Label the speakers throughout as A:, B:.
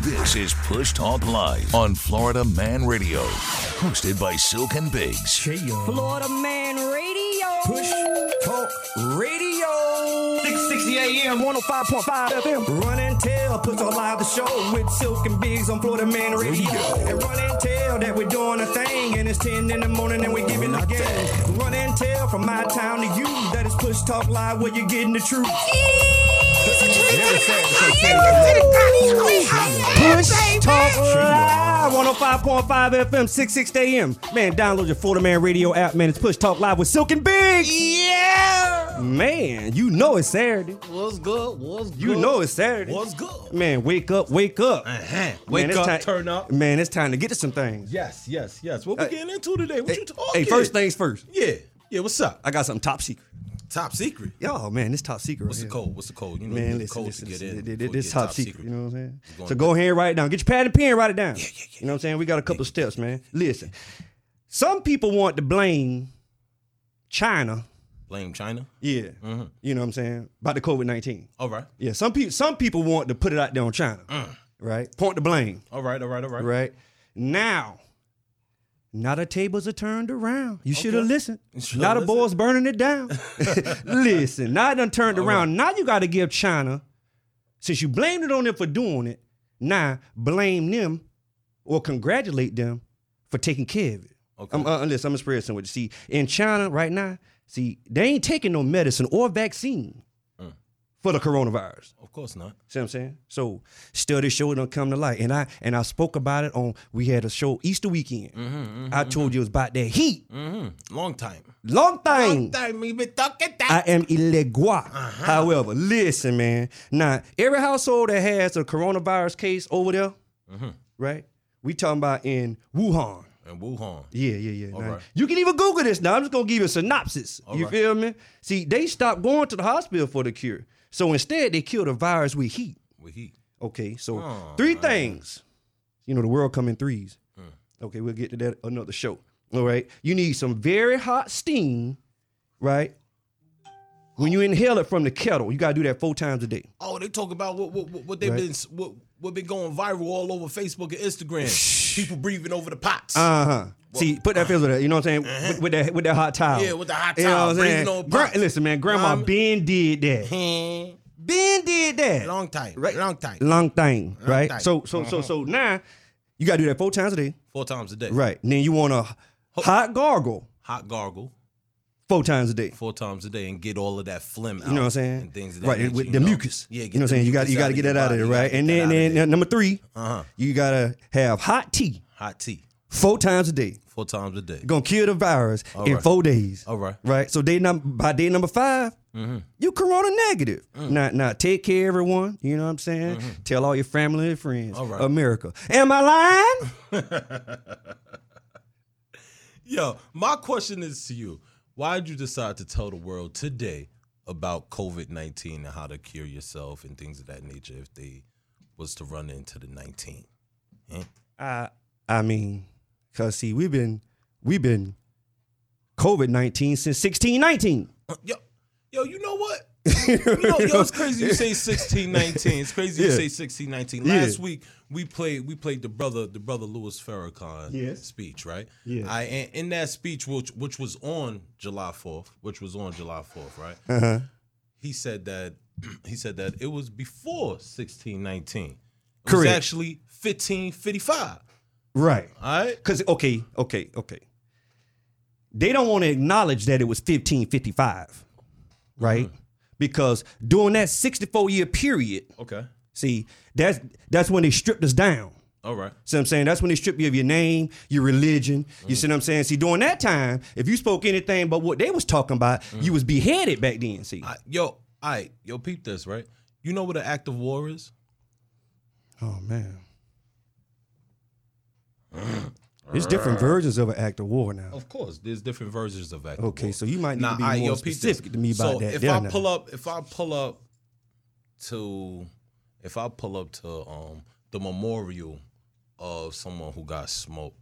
A: This is Push Talk Live on Florida Man Radio, hosted by Silk and Biggs.
B: Florida Man Radio.
C: Push Talk Radio. 660 AM, 105.5 FM. Run and tell, puts on live the show with Silk and Biggs on Florida Man Radio. And run and tell that we're doing a thing, and it's 10 in the morning and we're giving a game. Run and tell from my town to you that it's Push Talk Live where you're getting the truth. Push Talk Live 105.5 FM 660 AM. Man, download your Florida Man Radio app, man. It's Push Talk Live with Silk and Big.
D: Yeah!
C: Man, you know it's Saturday.
D: What's good? What's good?
C: You know it's Saturday.
D: What's good?
C: Man, wake up, wake up.
D: Uh-huh.
C: Man,
D: Wake
C: it's
D: up,
C: time-
D: turn up.
C: Man, it's time to get to some things.
D: Yes, yes, yes. What we getting into today? What
C: Hey,
D: you talking?
C: hey, first things first.
D: Yeah. Yeah, what's up?
C: I got something top secret.
D: Top secret.
C: Yo, man, this top secret.
D: What's
C: right
D: the
C: here.
D: code? What's the code? You know you
C: Man,
D: need
C: listen,
D: the code
C: listen,
D: to get
C: listen,
D: in.
C: th- th-
D: before you
C: this
D: get
C: top secret, You know what I'm
D: going
C: saying? So go ahead and write it down. Get your pad and pen, write it down. You know what I'm saying? We got a couple of steps, man. Listen, some people want to blame China.
D: Blame China.
C: Yeah,
D: Mm-hmm.
C: you know what I'm saying about the COVID nineteen.
D: All right.
C: Yeah, some people some people want to put it out there on China,
D: Mm.
C: right? Point the blame,
D: All right, all right, all right.
C: right? Now, now the tables are turned around. You should have
D: Okay.
C: listened.
D: You shoulda
C: Now the
D: listened.
C: boys burning it down. Listen, now it done turned around. Now you got to give China, since you blamed it on them for doing it. Now blame them or congratulate them for taking care of it.
D: Okay.
C: I'm, uh, listen, I'm gonna spread some with you. See, in China right now, see, they ain't taking no medicine or vaccine
D: Mm.
C: for the coronavirus.
D: of course not.
C: See what I'm saying? So studies show it don't come to light. And I and I spoke about it on we had a show Easter weekend. I told you it was about that heat.
D: Long time.
C: Long
D: Long
C: thing.
D: time we been talking
C: I
D: that.
C: am illegua. However, listen, man. Now, every household that has a coronavirus case over there, right? We talking about in Wuhan.
D: And Wuhan.
C: Yeah, yeah, yeah. Now,
D: right.
C: You can even Google this now. I'm just gonna give you a synopsis. you
D: right.
C: feel me? See, they stopped going to the hospital for the cure. So instead, they kill the virus with heat.
D: With heat.
C: Okay, so
D: Oh,
C: three things. You know, the world come in threes.
D: Hmm.
C: Okay, we'll get to that another show. All right. You need some very hot steam, right? When you inhale it from the kettle, you gotta do that four times a day.
D: Oh, they talk about what what, what, what they've
C: Right.
D: been what what been going viral all over Facebook and Instagram. People breathing over the pots.
C: Uh-huh. See, put that filter there. You know what I'm saying? With, with that with that hot towel.
D: Uh-huh. Yeah, with the hot
C: You know
D: towel,
C: what I'm saying?
D: breathing on
C: Gra-
D: pots.
C: listen, man, grandma
D: Mom.
C: Ben did that.
D: Man,
C: Ben did that.
D: long time.
C: Right.
D: Long time.
C: Long thing, right?
D: time.
C: So so so
D: Uh-huh.
C: so now you gotta do that four times a day,
D: Four times a day.
C: right? And then you want a hot gargle
D: Hot gargle.
C: four times a day.
D: four times a day and get all of that phlegm out.
C: You know what I'm saying?
D: And things of that
C: right,
D: nature,
C: with
D: you
C: the
D: know?
C: mucus.
D: Yeah,
C: you know what
D: get
C: I'm
D: the
C: saying. You got you
D: mucus
C: got to get that out of
D: your
C: there,
D: body.
C: right? And
D: You
C: then
D: gotta get
C: then
D: that out of there. Uh-huh.
C: number three, you gotta have hot tea
D: hot tea
C: four times a day.
D: four times a day.
C: Gonna kill the virus in
D: right.
C: four days.
D: All Mm-hmm. right.
C: Right. So day num- by day number 5 you corona negative.
D: Mm.
C: Now, now take care, everyone. You know what I'm saying? Tell all your family and friends.
D: Mm-hmm. All right.
C: America. Am I lying?
D: Yo, my question is to you: Why did you decide to tell the world today about COVID nineteen and how to cure yourself and things of that nature if they was to run into the nineteen?
C: I I mean, cause see, we've been we've been COVID nineteen since sixteen nineteen.
D: Yo, yo, you know what? you know, yo, it's crazy you say sixteen nineteen. It's crazy you
C: Yeah.
D: say sixteen nineteen.
C: Yeah.
D: Last week we played we played the brother the brother Louis Farrakhan
C: Yes.
D: speech, right?
C: Yeah.
D: I and in that speech which which was on July fourth, which was on July fourth, right?
C: Uh-huh.
D: He said that he said that it was before sixteen nineteen. It was
C: Correct.
D: actually fifteen fifty five.
C: Right.
D: All right.
C: Cause okay, okay, okay. They don't want to acknowledge that it was 1555, right? Because during that 64 year period,
D: Okay.
C: see, that's that's when they stripped us down.
D: All right.
C: See what I'm saying? That's when they strip you of your name, your religion. You see what I'm saying? See, during that time, if you spoke anything but what they was talking about, you was beheaded back then. See,
D: I, yo, I yo peep this, right? You know what an act of war is?
C: Oh man. There's different versions of an act of war now.
D: Of course, there's different versions of that.
C: Okay, so you might need to be
D: all right,
C: more
D: yo, peep this.
C: specific to me about
D: so
C: that.
D: if
C: there
D: I
C: now.
D: pull up, if I pull up to, if I pull up to um the memorial of someone who got smoked,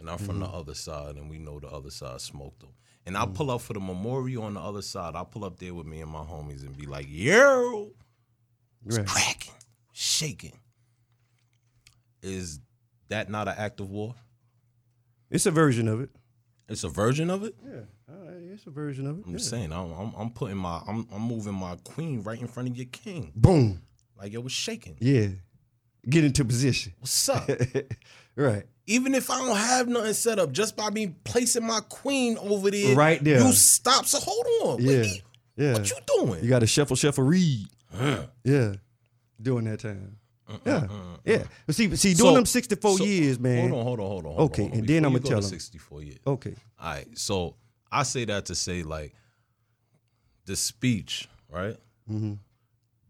D: and I'm from the
C: Mm-hmm.
D: other side, and we know the other side smoked them, and I pull up for the memorial on the other side, I pull up there with me and my homies and be like, yo,
C: Right.
D: cracking, shaking. Is that not an act of war?
C: It's a version of it.
D: It's a version of it.
C: Yeah, all right, it's a version of it.
D: I'm
C: yeah.
D: just saying, I'm, I'm, I'm putting my, I'm, I'm moving my queen right in front of your king.
C: Boom.
D: Like it was shaking.
C: Yeah. Get into position.
D: What's up?
C: right.
D: Even if I don't have nothing set up, just by me placing my queen over there,
C: Right there.
D: you stop. So hold on.
C: Yeah.
D: What, he-
C: Yeah.
D: what you doing?
C: You got to shuffle, shuffle, read. Yeah, during that time.
D: Uh,
C: yeah, yeah. But see, but see, doing
D: So-
C: them sixty-four
D: so-
C: years, man.
D: Hold on, hold on, hold on. hold
C: Okay,
D: on, hold on.
C: and then
D: Before
C: I'ma
D: you go
C: tell
D: to
C: 'em.
D: 64 years.
C: Okay,
D: All right. So I say that to say like the speech, right?
C: Mm-hmm.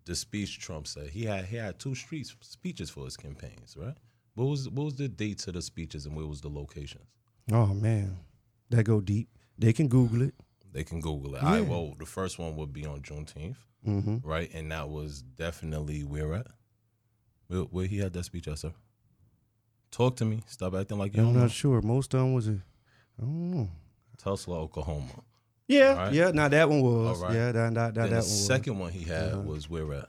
D: The speech Trump said he had he had two street speeches for his campaigns, right? What was what was the dates of the speeches and where was the locations?
C: oh man, that go deep. They can Google it.
D: They can Google it. All right. Well, the first one would be on Juneteenth,
C: Mm-hmm.
D: right? And that was definitely where at where, where he had that speech at, sir. Talk to me. Stop acting like you
C: I'm
D: don't know.
C: not sure. Most of them was a, I don't know.
D: Tulsa, Oklahoma.
C: Yeah,
D: All right.
C: yeah. Now that one was.
D: All right.
C: Yeah, that that that, that
D: Then
C: one.
D: the
C: was.
D: second one he had
C: Uh-huh.
D: was where at?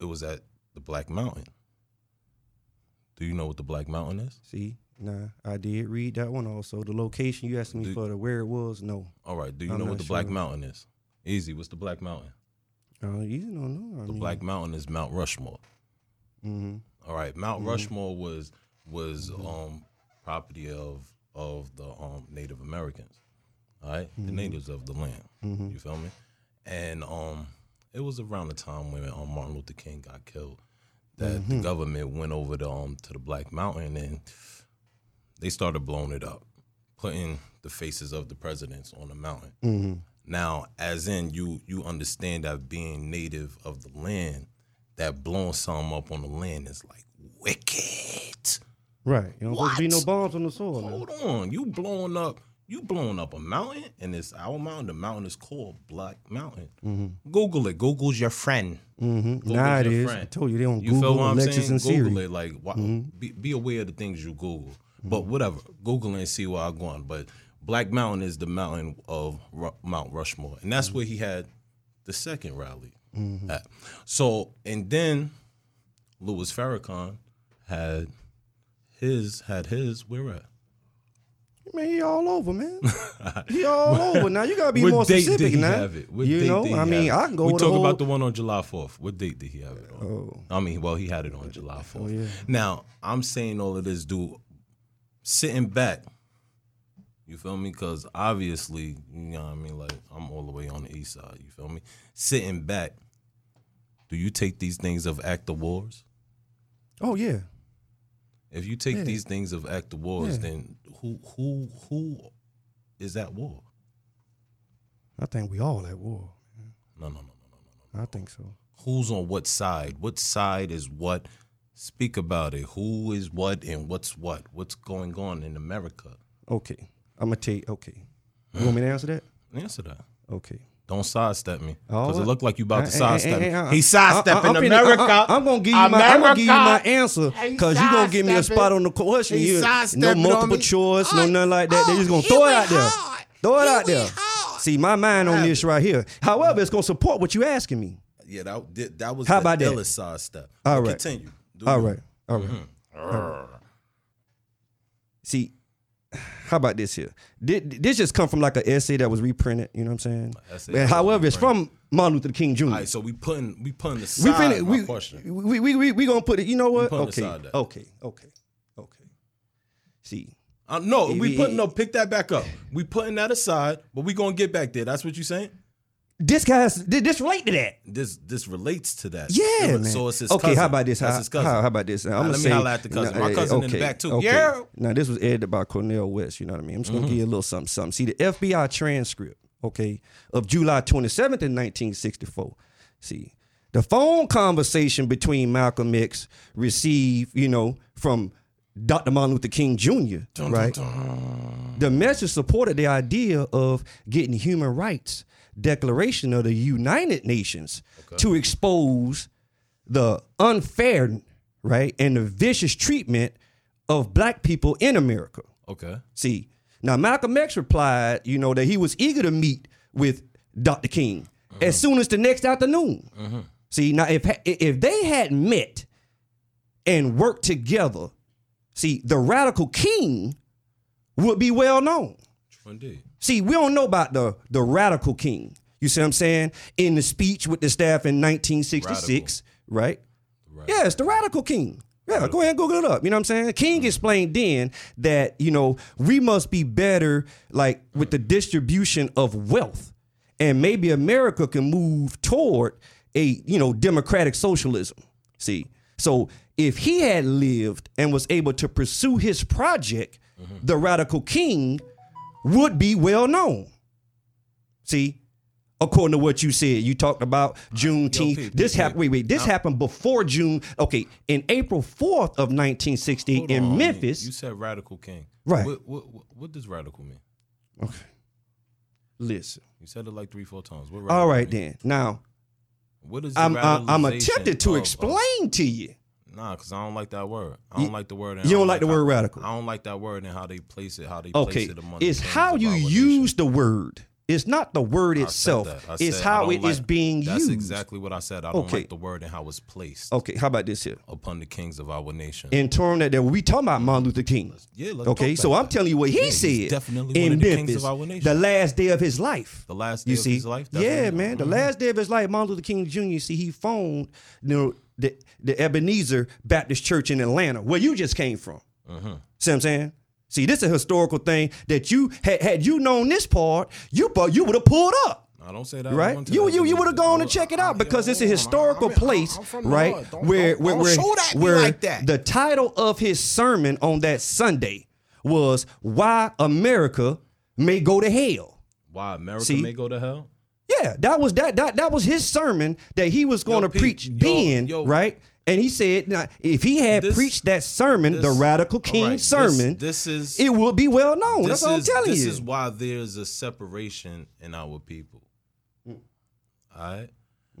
D: It was at the Black Mountain. Do you know what the Black Mountain is?
C: See, nah, I did read that one also. The location you asked me
D: Do-
C: for, the where it was. No,
D: All right. Do you
C: I'm
D: know
C: not
D: what the Black
C: sure.
D: Mountain is? Easy. What's the Black Mountain?
C: uh, you don't know. I
D: The
C: mean,
D: Black Mountain is Mount Rushmore.
C: mhm.
D: All right. Mount Rushmore was was um property of of the um Native Americans. All right? The natives of the land. You feel me? And um it was around the time when um, Martin Luther King got killed that the government went over to um to the Black Mountain and they started blowing it up, putting the faces of the presidents on the mountain. Now, as in you you understand that being native of the land, that blowing something up on the land is like wicked.
C: Right. You don't supposed to be no bombs on the soil. now.
D: Hold on, you blowing up you blowing up a mountain, and it's our mountain. The mountain is called Black Mountain. Google it. Google's your friend. Google's
C: Mm-hmm. Nah, it
D: your
C: is. I
D: friend.
C: told you they don't
D: You feel
C: Google
D: what I'm
C: Alexis
D: saying?
C: and Siri. Mm-hmm.
D: Google it. Like, why, be, be aware of the things you Google. But whatever, Google and see where I'm going. But Black Mountain is the mountain of Ru- Mount Rushmore, and
C: Mm-hmm.
D: that's where he had the second rally. at. So, and then Louis Farrakhan had his had his where at.
C: Man, he all over, man. he all over. Now you gotta be more
D: date
C: specific.
D: did he
C: now
D: have it? What
C: you
D: date
C: know,
D: did he
C: I mean,
D: have it?
C: I can go
D: We
C: with
D: talk
C: the whole, Oh,
D: about the one on July fourth. What date did he have it on? I mean, well, he had it on July fourth. Now I'm saying all of this, dude. Sitting back, you feel me? Because obviously, you know what I mean. Like I'm all the way on the east side. You feel me? Sitting back, do you take these things of act of wars?
C: Oh yeah,
D: If you take
C: Yeah.
D: these things of act of wars,
C: Yeah.
D: then who who who is at war?
C: I think we all at war.
D: No, no, no, no.
C: I think so.
D: who's on what side what side is what speak about it who is what and what's what what's going on in america
C: Okay, I'm gonna take. Okay, you want me to answer that?
D: answer that
C: Okay.
D: don't sidestep me
C: Oh,
D: because it looked like you about to
C: Hey, hey, hey,
D: sidestep me
C: hey, uh,
D: he's sidestepping
C: I- I- I'm finna-
D: america
C: I, am gonna give you my. I'm gonna give you my
D: America.
C: answer because you gonna give me a spot on the question.
D: He
C: You, no
D: sidestepping on
C: multiple
D: me. Uh,
C: choice, no nothing like that. they just gonna throw it out there. Throw it out there. See my mind on this right here. However, it's gonna support what you asking me.
D: yeah that, that, that was
C: How
D: the
C: about that?
D: illest sidestep
C: All
D: But
C: right.
D: continue Do
C: All
D: you-
C: right. All right.
D: Mm-hmm.
C: All right. See, how about this here? Thi- This just come from like an essay that was reprinted. You know what I'm saying?
D: essay
C: And
D: that was
C: however, it's
D: reprinted.
C: from Martin Luther King Jr.
D: all right so we putting we putting the
C: we
D: side
C: finna,
D: my
C: we,
D: question
C: we, we, we, we gonna put it. You know what?
D: putting
C: Okay.
D: aside that.
C: Okay. Okay. Okay. See,
D: uh, no
C: we-
D: we putting no pick that back up we putting that aside but we gonna get back there that's what you saying
C: this guy's did this relate to that?
D: this this relates to that.
C: Yeah,
D: It
C: man.
D: was- So it's his
C: okay.
D: cousin.
C: How about this?
D: That's
C: how,
D: his cousin.
C: How, how about this? I'm
D: Nah,
C: gonna
D: let me
C: say,
D: holler at the cousin. My
C: eh,
D: cousin in the back, too.
C: Okay.
D: Yeah. Mm-hmm.
C: Now this was edited by Cornell West. You know what I mean? I'm just gonna give you a little something, something. See the FBI transcript, okay, of July 27th in 1964. See the phone conversation between Malcolm X received, you know, from Dr. Martin Luther King Jr. right? The message supported the idea of getting human rights declaration of the United Nations to expose the unfair, right, and the vicious treatment of black people in America.
D: Okay.
C: See, now Malcolm X replied, you know, that he was eager to meet with Dr. King as soon as the next afternoon. See, now if if they had met and work together, see, the radical king would be well known.
D: Indeed.
C: See, we don't know about the the radical king. You see what I'm saying? In the speech with the staff in 1966, right? Yeah, it's the radical king. Yeah, go ahead and Google it up. You know what I'm saying? King explained then that, you know, we must be better like with the distribution of wealth. And maybe America can move toward a, you know, democratic socialism. See? So if he had lived and was able to pursue his project, the radical king would be well known. See, according to what you said, you talked about Juneteenth.
D: Pete,
C: this
D: Pete,
C: happened. Wait, wait. This happened before June. Okay, in April fourth of nineteen sixty
D: Hold
C: in
D: on, I mean,
C: Memphis.
D: You said radical king.
C: Right.
D: What, what, what, what does radical mean?
C: okay, listen.
D: You said it like three, four times. What
C: All
D: radical
C: right
D: mean?
C: then. Now
D: What is the
C: I'm I'm, I'm
D: radicalization
C: attempted to
D: of- uh, of-
C: explain to you.
D: Nah, because I don't like that word. I don't like the word. and
C: you
D: I
C: don't like the
D: how-
C: word radical?
D: I don't like that word and how they place it, how they place
C: Okay,
D: it among the
C: it's
D: terms
C: how
D: of
C: you
D: our nation.
C: use the word. It's not the word
D: I said
C: itself.
D: that. I
C: It's
D: said,
C: how
D: I
C: it is
D: don't like-
C: being
D: That's
C: used.
D: exactly what I said. I don't
C: Okay. Oh.
D: like the word and how it's placed
C: Okay, how about this here?
D: upon the kings of our nation.
C: in term that, that we talking about Martin Luther King.
D: yeah, let's
C: Okay,
D: talk
C: so
D: about
C: I'm
D: that.
C: telling you what he
D: Yeah, he's
C: said
D: definitely
C: in
D: one of the kings of
C: Memphis,
D: our nation.
C: the last day of his life.
D: The last day
C: you
D: of
C: see,
D: his life? Mm-hmm. That's what
C: yeah,
D: he-
C: man, the last day of his life, Martin Luther King Jr. you See, he phoned, you know, the the Ebenezer Baptist Church in Atlanta, where you just came from.
D: Mm-hmm.
C: See what I'm saying? See, this is a historical thing that you had had you known this part, you bu- you would have pulled up.
D: I don't say that.
C: Right,
D: one to
C: you
D: that
C: you, you
D: one.
C: would have gone
D: Hold
C: and check it
D: on.
C: out because it's a
D: Hold on.
C: historical
D: I'm- I'm-
C: place,
D: I'm from the
C: right?
D: North. Don't-
C: where
D: don't-
C: where
D: don't
C: where,
D: shoot at me
C: where
D: like that.
C: the title of his sermon on that Sunday was "Why America May Go to Hell."
D: Why America
C: See?
D: may go to hell?
C: Yeah, that was that that that was his sermon that he was going to
D: Pete,
C: preach
D: yo,
C: then,
D: yo.
C: right? And he said, now, if he had
D: This-
C: preached that sermon, the
D: this-
C: radical
D: all
C: king
D: right, this-
C: sermon,
D: this is-
C: it would be well known. That's
D: this
C: what I'm
D: is-
C: telling
D: this
C: you.
D: is why there's a separation in our people.
C: Mm.
D: All right?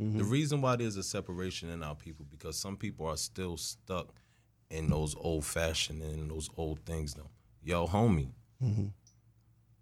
C: Mm-hmm.
D: The reason why there's a separation in our people because some people are still stuck in those old fashioned and those old things. Though, yo, homie,
C: Mm-hmm.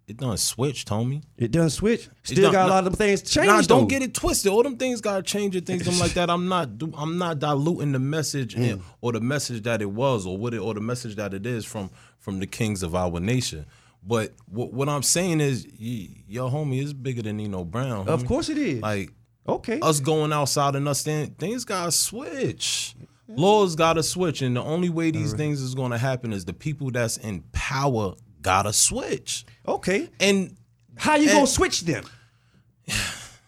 D: it done switched, homie.
C: it doesn't switch. Still
D: done-
C: got a
D: nah,
C: lot of things changed.
D: Nah, don't
C: though.
D: get it twisted. All them things gotta change and things them like that. I'm not. do- I'm not diluting the message
C: Mm.
D: and, or the message that it was or what it or the message that it is from from the kings of our nation. But what, what I'm saying is, ye, your homie is bigger than Nino Brown.
C: Of
D: homie.
C: course it is.
D: Like uh,
C: okay.
D: us going outside and us stand, things gotta switch. Laws gotta switch, and the only way these things is gonna happen is the people that's in power gotta switch.
C: Okay.
D: And
C: How you gonna
D: And-
C: switch them?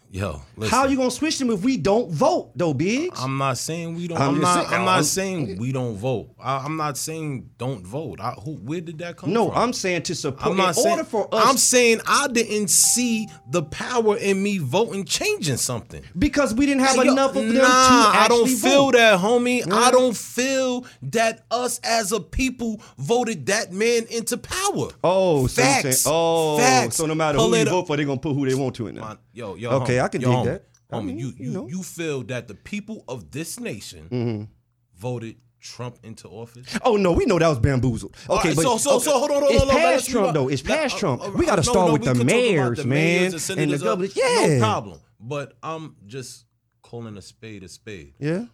D: yo, Eh. listen.
C: How you gonna switch them if we don't vote though, Biggs?
D: I'm not saying we don't.
C: I'm
D: I'm,
C: just
D: not.
C: saying-
D: I'm not
C: I'm-
D: saying we don't vote. I, I'm not saying don't vote. I, who, where did that come
C: no,
D: from?
C: I'm saying to support.
D: I'm not
C: in
D: saying.
C: order for
D: I'm
C: us,
D: saying I didn't see the power in me voting, changing something.
C: because we didn't have
D: Yo,
C: enough of them
D: nah,
C: to actually
D: I don't feel
C: vote.
D: that, homie. I don't feel that us as a people voted that man into power.
C: Oh, so you saying-
D: facts.
C: oh,
D: facts.
C: so no matter
D: Pull
C: who you
D: it up.
C: vote for, they're gonna put who they want to in there.
D: Fine. Yo, yo.
C: Okay,
D: homie.
C: I can
D: Yo,
C: dig
D: homie.
C: that. I
D: Homie,
C: mean,
D: you
C: you
D: you
C: know. Mm-hmm.
D: you feel that the people of this nation voted Trump into office?
C: Oh no, we know that was bamboozled. Okay,
D: All right,
C: but
D: so so
C: okay,
D: so hold on, hold on.
C: it's
D: hold on, let us
C: past
D: be
C: Trump
D: about-
C: though. It's
D: let-
C: past
D: uh,
C: Trump.
D: uh,
C: we got to
D: no,
C: start
D: no,
C: with
D: we
C: the
D: could talk about
C: mayors,
D: the mayors
C: man,
D: senators
C: and the
D: of-
C: governors. Yeah,
D: no problem. But I'm just calling a spade a spade.
C: Yeah,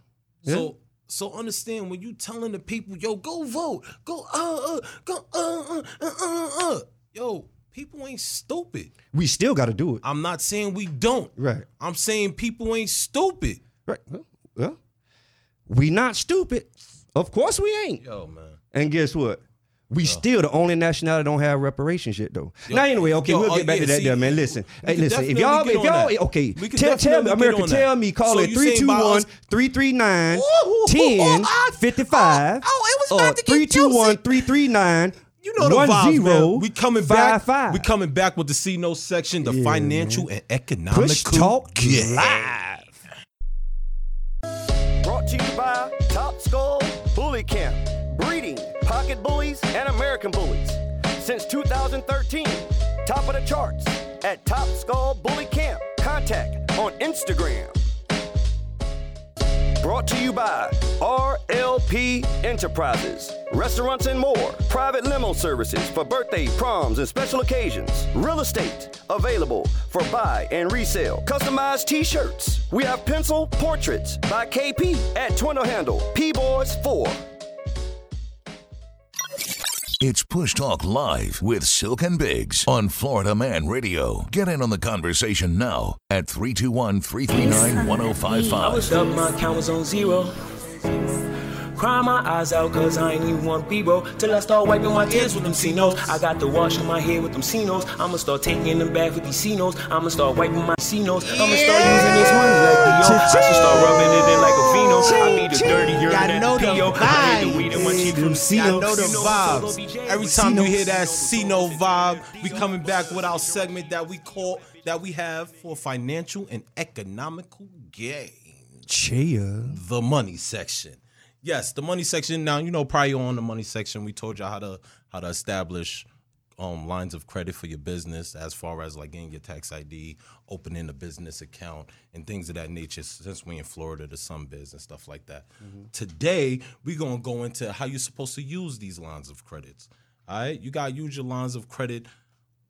D: So so understand when you telling the people, yo, go vote, go uh uh go uh uh uh uh, uh. yo, people ain't stupid.
C: we still got to do it.
D: I'm not saying we don't.
C: Right.
D: I'm saying people ain't stupid.
C: Right. Well, well, we not stupid. Of course we ain't.
D: Yo, man.
C: And guess what? We still the only nationality that don't have reparations yet though.
D: Yo-
C: now anyway, okay,
D: yo,
C: we'll
D: oh,
C: get back
D: yeah,
C: to that
D: see,
C: there, man. Listen,
D: we
C: hey,
D: can
C: listen. If
D: definitely
C: y'all,
D: get
C: if
D: on
C: y'all,
D: that.
C: okay,
D: We can
C: tell, tell
D: definitely
C: me,
D: get
C: America,
D: on that.
C: tell me, call
D: So
C: it
D: you saying by us-
C: 321-339-1055.
D: oh, oh, it was about to get juicy.
C: 321-339.
D: You know the vibes, man. We coming back. We coming back with the C no section, the financial and economic
C: Push talk
D: Yeah.
C: live.
E: Brought to you by Top Skull Bully Camp, breeding pocket bullies and American bullies. Since 2013, top of the charts at Top Skull Bully Camp. Contact on Instagram. Brought to you by RLP Enterprises, restaurants and more, private limo services for birthday, proms, and special occasions, real estate available for buy and resale, customized t shirts. We have pencil portraits by KP at Twinner Handle, P Boys 4.
A: It's Push Talk Live with Silk and Biggs on Florida Man Radio. Get in on the conversation now at 321 339
F: I
A: 1055.
F: was up, my count was on zero. Cry my eyes out, cause I ain't even want B-roll. Till I start wiping my tears with them Cinos. I got the wash in my head with them Cinos. I'ma start taking them back with these Cinos. I'ma start wiping my Cinos. I'ma start using this money like the yo. I should start rubbing it in like a vino. I need the dirty urine
C: Y'all
F: at
C: know
F: the
C: the
F: P.O. I need the weed and my cheap from
C: vibes. Y'all know the vibes.
G: Every time you hear that C-No vibe, we coming back with our segment that we call that we have for financial and economical gain.
C: Chia.
D: the money section. Yes, the money section. Now you know prior on the money section, we told you how to how to establish um, lines of credit for your business, as far as like getting your tax ID, opening a business account, and things of that nature. Since we in Florida, the sun biz and stuff like that. Today we're gonna go into how you're supposed to use these lines of credits. All right, you gotta use your lines of credit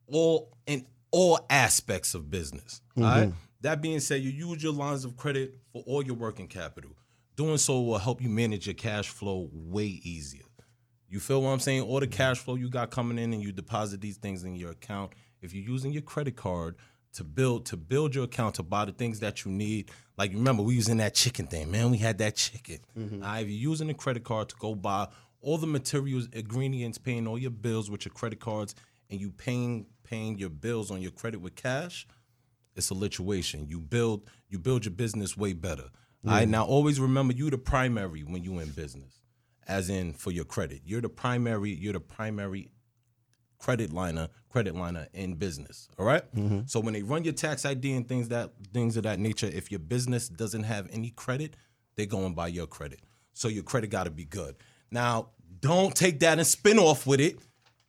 D: all in all aspects of business. all right? That being said, you use your lines of credit for all your working capital. Doing so will help you manage your cash flow way easier. You feel what I'm saying? All the cash flow you got coming in and you deposit these things in your account. If you're using your credit card to build to build your account to buy the things that you need, like remember we using that chicken thing, man. We had that chicken. All right, if you're using a credit card to go buy all the materials, ingredients, paying all your bills with your credit cards, and you paying paying your bills on your credit with cash, it's a lituation. You build you build your business way better. All right, now always remember you the primary when you in business, as in for your credit. You're the primary. You're the primary credit liner, credit liner in business. All right? So when they run your tax ID and things that things of that nature, if your business doesn't have any credit, they're going by your credit. So your credit got to be good. Now, don't take that and spin off with it.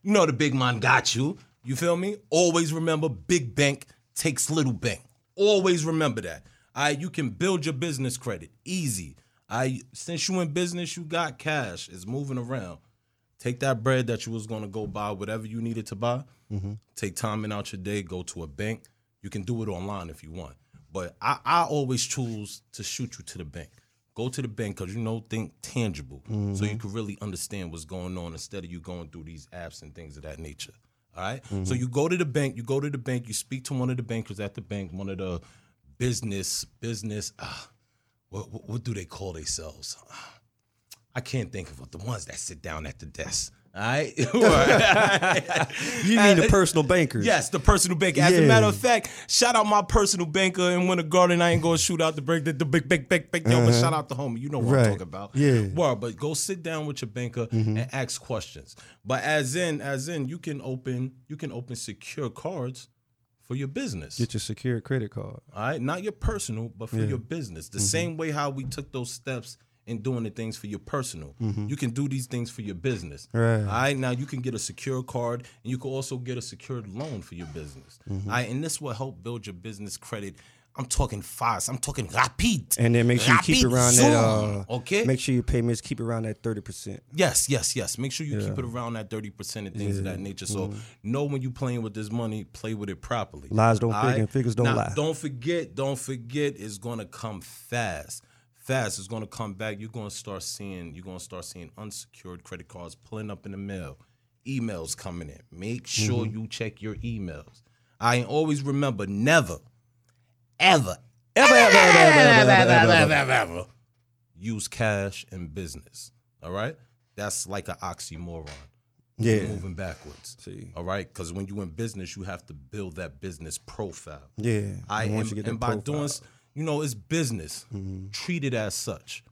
D: You know the big man got you. You feel me? Always remember big bank takes little bank. Always remember that. All right, you can build your business credit easy. I since you in business, you got cash. It's moving around take that bread that you was gonna go buy, whatever you needed to buy. Take time in out your day, go to a bank. You can do it online if you want, but I, I always choose to shoot you to the bank. Go to the bank because you know think tangible, so you can really understand what's going on instead of you going through these apps and things of that nature. All right? so you go to the bank. You go to the bank. You speak to one of the bankers at the bank, one of the business business. ah, what, what what do they call themselves? I can't think of it. The ones that sit down at the desk. All right.
C: You mean
G: Uh,
C: the personal bankers?
G: Yes, the personal banker. As a
C: Yeah.
G: matter of fact, shout out my personal banker and Winter Garden. I ain't gonna shoot out the break the, the big big big big yo, but shout out the homie. You know what
C: Uh-huh. Right.
G: I'm talking about.
C: Yeah. Mm-hmm.
G: Well, but go sit down with your banker and ask questions. But as in, as in, you can open you can open secure cards for your business.
C: Get your secured credit card.
G: All right, not your personal, but for your business.
C: Mm-hmm.
G: The same way how we took those steps in doing the things for your personal, you can do these things for your business.
C: Mm-hmm. Right.
G: All right, now you can get a secure card, and you can also get a secured loan for your business.
C: Mm-hmm.
G: All right, and this will help build your business credit. I'm talking fast. I'm talking rapid.
C: And then make sure you keep
G: Rapid
C: around that.
G: zoom,
C: Uh,
G: okay.
C: Make sure your payments keep around that thirty percent.
G: Yes, yes, yes. Make sure you keep it around that 30% and things of that nature. So know when you playing with this money, play with it properly.
C: Lies don't figure
G: Alright?
C: and figures don't
G: Now,
C: lie.
G: Don't forget, don't forget it's gonna come fast. Fast It's gonna come back. You're gonna start seeing, you're gonna start seeing unsecured credit cards pulling up in the mail, emails coming in. Make sure you check your emails. I ain't always remember, never, ever, ever, ever, ever, ever, ever, ever, ever, ever, ever use cash in business. All right, that's like an oxymoron. You're
C: Yeah.
G: moving backwards.
C: See.
G: All right, because when you in business, you have to build that business profile.
C: Yeah.
G: I
C: And
G: am,
C: once you
G: and
C: get that
G: by
C: profile. Mm-hmm.
G: doing, s- you know, it's business. Treat it as such.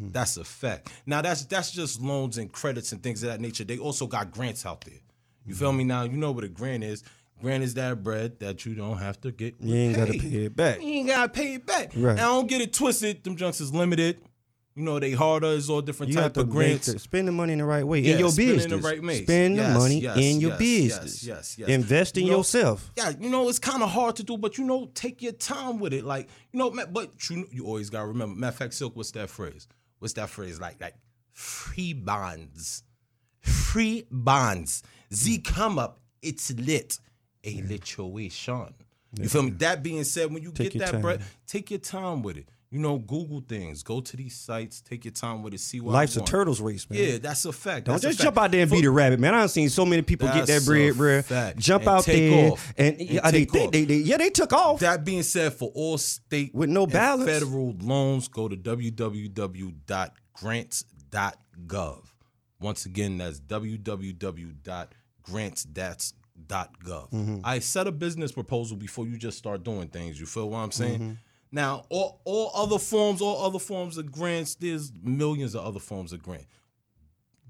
G: That's a fact. Now that's that's just loans and credits and things of that nature. They also got grants out there. You
C: Mm-hmm.
G: feel me? Now you know what a grant is. Grant is that bread that you don't have to get.
C: You ain't gotta
G: repaid.
C: pay it back.
G: You ain't gotta pay it back.
C: Right.
G: And I don't get it twisted. Them junks is limited. You know they harder. It's all different
C: You have
G: type
C: to
G: of
C: make
G: grants.
C: the, spend the money in the right way
G: Yeah,
C: in your
G: spend it
C: business.
G: in the right ways.
C: Spend the
G: Yes,
C: money
G: yes,
C: in your
G: yes, yes,
C: business.
G: yes, yes.
C: Invest in
G: You know-
C: yourself.
G: yeah, you know, it's kind of hard to do, but you know, take your time with it. Like, you know, ma- but you, you always gotta remember. Matter of fact, Silk, what's that phrase? What's that phrase like? Like free bonds, free bonds. Z
C: Mm.
G: come up, it's lit, a lituation. You feel me? That being said, when you
C: Take
G: get
C: your
G: that bread,
C: time.
G: take your time with it.
D: You know, Google things. Go to these sites. Take your time with it. See what I
C: Life's a
D: want.
C: turtle's race, man.
D: Yeah, that's a fact.
C: Don't
D: That's a
C: just
D: fact.
C: jump out there and
D: For-
C: beat a rabbit, man. I've seen so many people get that
D: That's
C: bread,
D: a
C: bruh.
D: fact.
C: Jump
D: And
C: out
D: take
C: there
D: off.
C: and,
D: And
C: yeah, they
D: take
C: think
D: off.
C: they, they yeah they took off.
D: That being said, for all state
C: With no
D: and
C: balance.
D: federal loans, go to www.grants.gov. Once again, that's www.grants.gov.
C: Mm-hmm.
D: I set a business proposal before you just start doing things. You feel what I'm saying?
C: Mm-hmm.
D: Now, all, all other forms, all other forms of grants, there's millions of other forms of grant.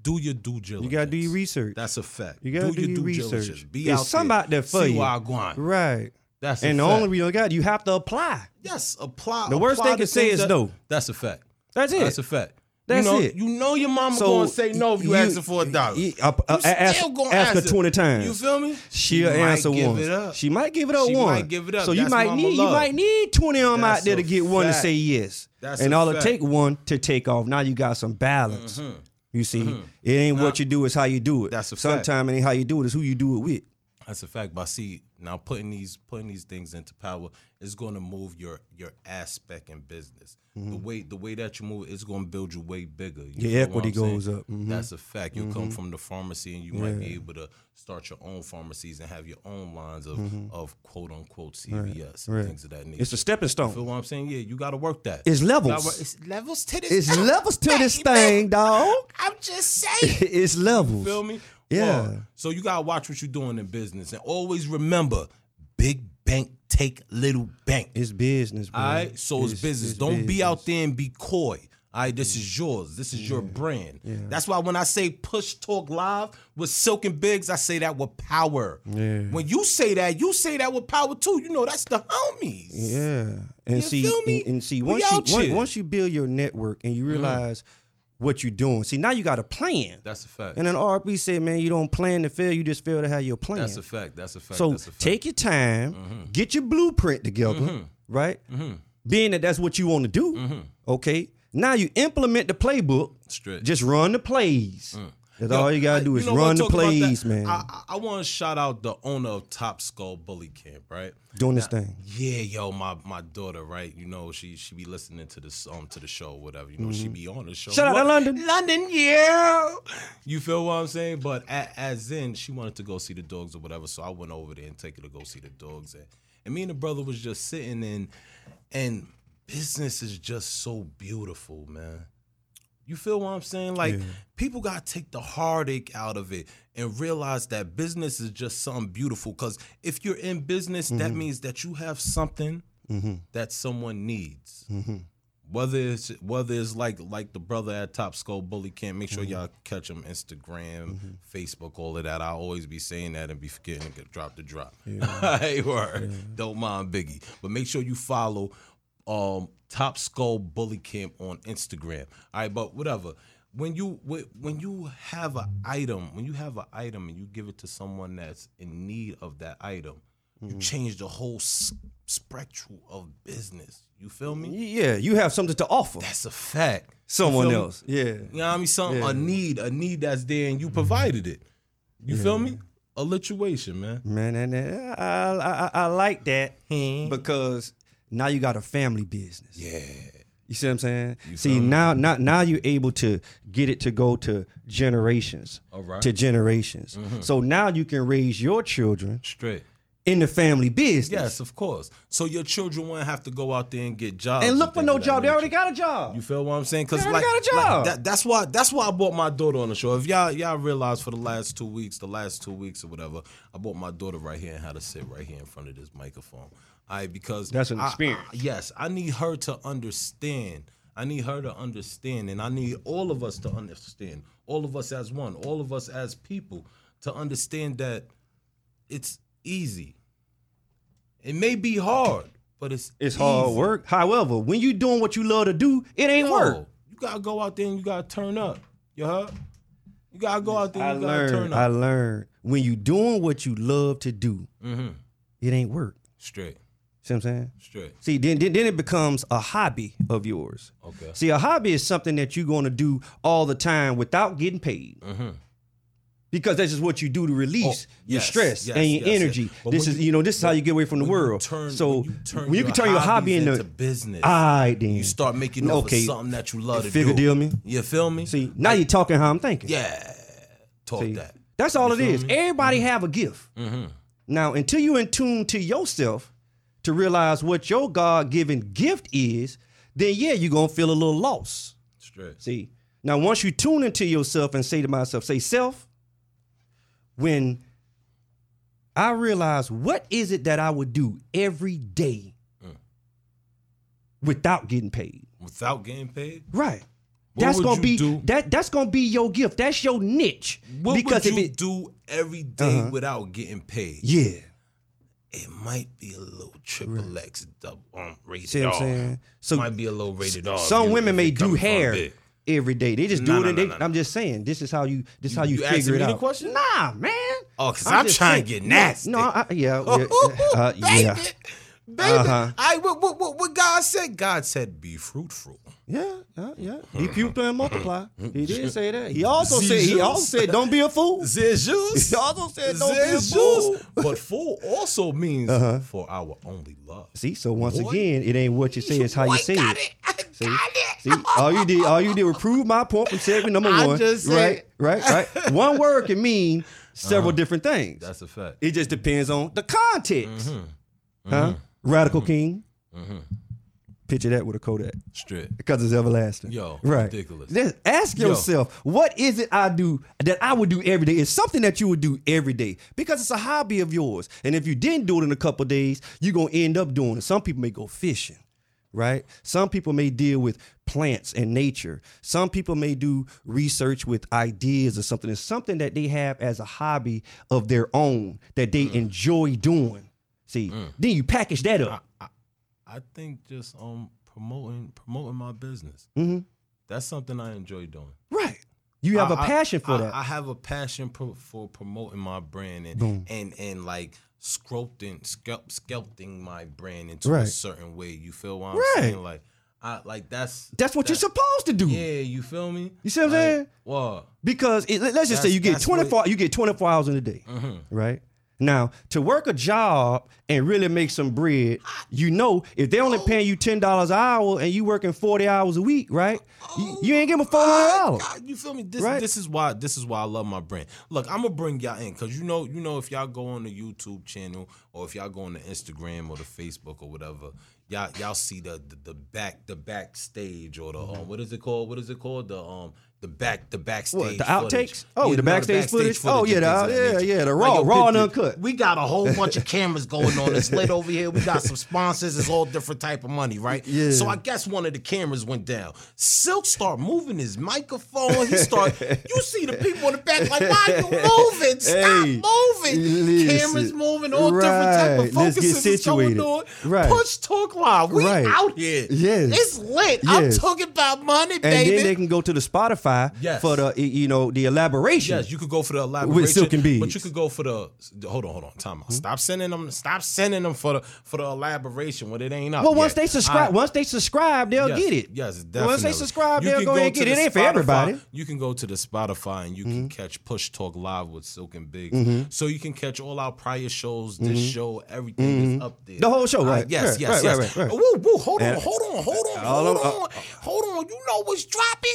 D: Do your due diligence.
C: you gotta do your research.
D: That's a fact.
C: you gotta do,
D: your
C: your
D: due
C: research.
D: diligence. Be
C: There's
D: out
C: somebody
D: there.
C: for
D: See
C: you.
D: why I grind.
C: Right.
D: That's a
C: and the
D: fact.
C: only reason you got you have to apply.
D: Yes, apply.
C: The worst they
D: apply
C: can
D: to
C: say
D: things
C: is
D: that-
C: no.
D: That's a fact.
C: That's it.
D: That's a fact.
C: That's
D: you know,
C: it.
D: You know your mama gonna say no if you, ask her for a dollar.
C: you- uh, uh,
D: You
C: ask-
D: still gonna
C: ask her 20 times.
D: You feel me?
C: She'll
D: might
C: answer
D: give
C: once.
D: It up.
C: She might give it up
D: She
C: one.
D: might give it up.
C: So you
D: That's
C: might
D: mama
C: need you
D: love.
C: might need twenty of them out
D: That's
C: there to
D: a
C: get one to
D: fact.
C: say yes.
D: That's
C: and
D: a
C: all
D: fact. Mm-hmm.
C: it take one to take off. Now you got some balance. You see, it ain't what you do, it's how you do it.
D: That's a fact.
C: Sometimes it ain't how you do it, it's who you do it with.
D: That's a fact. But see, now putting these putting these things into power is going to move your your aspect in business. The way the way that you move, it's going to build your way bigger. You
C: Mm-hmm. Your
D: feel what
C: equity
D: I'm saying?
C: goes up. Mhm.
D: That's a fact. You come from the pharmacy, and you might be able to start your own pharmacies and have your own lines of of quote unquote CVS and things of that nature.
C: Mm-hmm. It's a stepping
D: Feel
C: stone.
D: what I'm saying? Yeah, you got to work that.
C: It's
D: You gotta
C: levels.
D: work- It's levels to this.
C: It's
D: thing,
C: levels to this
D: baby.
C: thing, dog.
D: I'm just saying.
C: it's levels.
D: Feel me?
C: Yeah.
D: Well, so you gotta watch what you're doing in business, and always remember, big bank take little bank.
C: It's business, bro.
D: all right. So it's, business.
C: it's
D: Don't
C: business.
D: be out there and be coy. All right, this is yours. This is your brand. That's why when I say push talk live with Silk and Biggs, I say that with power. When you say that, you say that with power too. You know, that's the homies.
C: Yeah, and
D: You
C: see,
D: feel me?
C: And, and see,
D: We
C: once you
D: out
C: once,
D: here. Mm-hmm.
C: once you build your network and you realize what you're doing, see, now you got a plan.
D: That's a fact.
C: and an RP said, man, you don't plan to fail; you just fail to have your plan.
D: That's a fact. That's a fact.
C: So
D: that's a fact. Mm-hmm.
C: take your time, get your blueprint together, right? Being that that's what you want to do,
D: Mm-hmm.
C: okay. Now you implement the playbook.
D: Straight.
C: Just run the plays. That's
D: Mm. Yo,
C: all you gotta
D: I-
C: do is
D: know
C: run
D: what,
C: the
D: talking about that,
C: plays, man.
D: I, I, I want to shout out the owner of Top Skull Bully Camp, right?
C: Doing this thing.
D: Yeah, yo, my my daughter, right? You know, she she be listening to this um to the show, or whatever. You know, she be on the show.
C: Mm-hmm. Shout out to
D: What?
C: London.
D: London, yeah. You feel what I'm saying? But a as in, she wanted to go see the dogs or whatever, so I went over there and take her to go see the dogs, and and me and the brother was just sitting and and business is just so beautiful, man. You feel what I'm saying? Like people gotta take the heartache out of it and realize that business is just something beautiful. Cause if you're in business, that means that you have something that someone needs. Whether it's whether it's like like the brother at Top Skull Bully Camp, make sure y'all catch him Instagram, Facebook, all of that. I always be saying that and be forgetting to drop the drop. hey, word. Don't mind Biggie, but make sure you follow um Top Skull Bully Camp on Instagram. All right, but whatever. When you when when you have an item, when you have an item and you give it to someone that's in need of that item, you change the whole s- spectrum of business. You feel me?
C: Yeah, you have something to offer
D: That's a fact. You
C: someone
D: feel me?
C: else. Yeah.
D: You know what I mean? Some a need, a need that's there, and you provided it. You feel me? Alliteration, man.
C: Man, and that- I, I, I like that
D: Hmm.
C: because now you got a family business. Yeah. You see what I'm saying? see now, now now you're able to get it to go to generations.
D: Alright.
C: To generations.
D: Mm-hmm.
C: So now you can raise your children
D: Straight.
C: in the family business.
D: Yes, of course. So your children won't have to go out there and get jobs.
C: And look for
D: things
C: no
D: of that
C: job. They
D: nature.
C: already got a job.
D: You feel what I'm saying? Cause
C: They
D: like,
C: already got a
D: like
C: job.
D: that, that's why that's why I bought my daughter on the show. If y'all y'all realize for the last two weeks, the last two weeks or whatever, I bought my daughter right here and had her sit right here in front of this microphone. All right, because
C: That's an
D: I- I-
C: experience.
D: yes, I need her to understand. I need her to understand, and I need all of us to understand. All of us as one. All of us as people to understand that it's easy. It may be hard, but it's
C: it's hard
D: easy.
C: work. However, when you doing what you love to do, it ain't work.
D: No, You gotta go out there and you gotta turn up. You heard? You gotta go out there
C: I
D: and you gotta turn
C: learned.
D: up.
C: I learned when you doing what you love to do,
D: Mm-hmm.
C: it ain't work.
D: Straight,
C: See what I'm saying?
D: straight.
C: See, then, then then it becomes a hobby of yours.
D: Okay.
C: See, a hobby is something that you're going to do all the time without getting paid. because that's just what you do to release
D: Mm-hmm. Oh,
C: your
D: yes,
C: stress
D: yes,
C: and your
D: yes, yes.
C: energy.
D: But
C: This
D: when
C: is you know this is how you get away from the
D: when you
C: world.
D: turn-
C: so
D: when you, turn
C: when you can turn your hobby
D: hobbies
C: into,
D: into business,
C: all right, then
D: you start making up
C: Okay.
D: for something that you love to
C: Figure
D: do.
C: deal me.
D: You feel me?
C: See now you're talking how I'm thinking.
D: yeah, talk
C: See,
D: that.
C: That's all it is. Everybody
D: Mm-hmm.
C: have a gift. Now, until you in tune to yourself to realize what your God given gift is, then yeah, you're gonna feel a little lost.
D: Stress.
C: See, now once you tune into yourself and say to myself, say self, when I realize what is it that I would do every day
D: Mm.
C: without getting paid.
D: without getting paid.
C: Right.
D: What
C: that's
D: would
C: gonna
D: you
C: be
D: do?
C: that that's gonna be your gift. That's your niche.
D: What
C: because
D: would
C: if
D: you
C: it,
D: do every day
C: Uh-huh.
D: without getting paid?
C: Yeah.
D: It might be a little triple X double um, rated
C: See what I'm
D: R.
C: saying? So
D: might be a little rated R.
C: some
D: if you-
C: women
D: if
C: may
D: it
C: do
D: coming from
C: hair
D: big.
C: every day. They just do it.
D: No, no,
C: and
D: no,
C: they,
D: no, no.
C: I'm just saying, this is how you this is how you,
D: you asking
C: figure it
D: me the
C: out.
D: question?
C: Nah, man.
D: Oh, 'cause I'm
C: just
D: trying to
C: saying-
D: get nasty.
C: No, I, yeah, yeah, uh,
D: baby,
C: yeah,
D: baby.
C: Uh-huh.
D: I what, what what what God said? God said be fruitful.
C: yeah, yeah, yeah. Be pupil and multiply. He did say that. He also said he also said don't be a fool.
D: Zeus.
C: He also said don't
D: Zeus.
C: be a fool.
D: But fool also means for our only love.
C: Uh-huh. See, so once
D: Boy.
C: again, it ain't what you say, it's how you
D: Boy,
C: say
D: got
C: it.
D: it. I
C: See,
D: got it.
C: see, all you did, all you did was prove my point from segment number
D: I
C: one.
D: just
C: right,
D: said- Uh-huh.
C: right, right. One word can mean several different things.
D: That's a fact.
C: It just depends on the context. Huh? Radical King. Picture that with a Kodak
D: Straight.
C: because it's everlasting.
D: Yo,
C: right.
D: ridiculous.
C: Just ask
D: Yo.
C: yourself, what is it I do that I would do every day? It's something that you would do every day because it's a hobby of yours. And if you didn't do it in a couple days, you're going to end up doing it. Some people may go fishing, right? Some people may deal with plants and nature. Some people may do research with ideas or something. It's something that they have as a hobby of their own that they
D: Mm.
C: enjoy doing. See, then you package that up.
D: I think just um promoting promoting my business.
C: Mhm.
D: That's something I enjoy doing.
C: Right. You have a
D: a
C: passion for that.
D: I have a passion pro- for promoting my brand and
C: Boom.
D: and and like sculpting sculpt, sculpting my brand into a
C: Right.
D: certain way. You feel what I'm
C: Right.
D: saying? Like I like that's
C: That's what you're
D: that-
C: supposed to do.
D: Yeah, you feel me?
C: You see what I'm
D: Like,
C: saying?
D: Well,
C: Because it, let's just say
D: That's-
C: you get
D: that's Mm-hmm.
C: 24 you get 24 hours in a day, right? Now, to work a job and really make some bread, you know, if they only paying you $10 an hour and you working 40 hours a week, right? You, you ain't getting $400.
D: Oh, God, you feel me? This
C: Right.
D: this is why this is why I love my brand. Look, I'm gonna bring y'all in because you know you know if y'all go on the YouTube channel or if y'all go on the Instagram or the Facebook or whatever, y'all y'all see the the, the back the backstage or the
C: Mm-hmm.
D: um, what is it called? What is it called? The um. The back, the backstage,
C: the
D: footage.
C: outtakes? Oh, the
D: no,
C: backstage footage? Oh, yeah,
D: and
C: the-
D: things of that
C: yeah,
D: nature.
C: yeah, the raw-
D: yo,
C: raw and
D: picture.
C: uncut.
D: We got a whole bunch of cameras going on. It's lit over here. We got some sponsors. It's all different type of money, right?
C: Yeah.
D: So I guess one of the cameras went down. Silk start moving his microphone. He start. you see the people in the back like, why you moving? Stop
C: Hey,
D: moving.
C: listen.
D: Cameras moving. All different type of
C: Right. Let's get
D: focuses is going
C: situated.
D: on.
C: Right.
D: Push talk live. We
C: Right.
D: out here.
C: Yes.
D: It's lit. I'm
C: Yes.
D: talking about money,
C: And
D: baby.
C: then they can go to the Spotify
D: Yes.
C: for the you know, the elaboration.
D: Yes, you could go for the elaboration
C: silken beads.
D: but you could go for the hold on, hold on, time
C: Hmm?
D: out. Stop sending them, stop sending them for the for the elaboration when it ain't up.
C: well, once
D: yet.
C: they subscribe,
D: I-
C: once they subscribe, they'll
D: yes,
C: get it.
D: Yes, definitely.
C: Once they subscribe,
D: You
C: they'll
D: can
C: go ahead and
D: to
C: get
D: the
C: it Hmm? in for
D: Spotify-
C: everybody.
D: You can go to the Spotify and you can catch Push Talk Live with Silk and Big.
C: Mm-hmm.
D: So you can catch all our prior shows, this show, everything is up there.
C: Mm-hmm. The whole show,
D: Uh,
C: right,
D: yes,
C: right,
D: yes,
C: right,
D: yes.
C: right, right, right.
D: Woo, woo, hold on,
C: And-
D: hold on, hold on,
C: All
D: hold
C: of- uh,
D: on, hold on. You know what's dropping?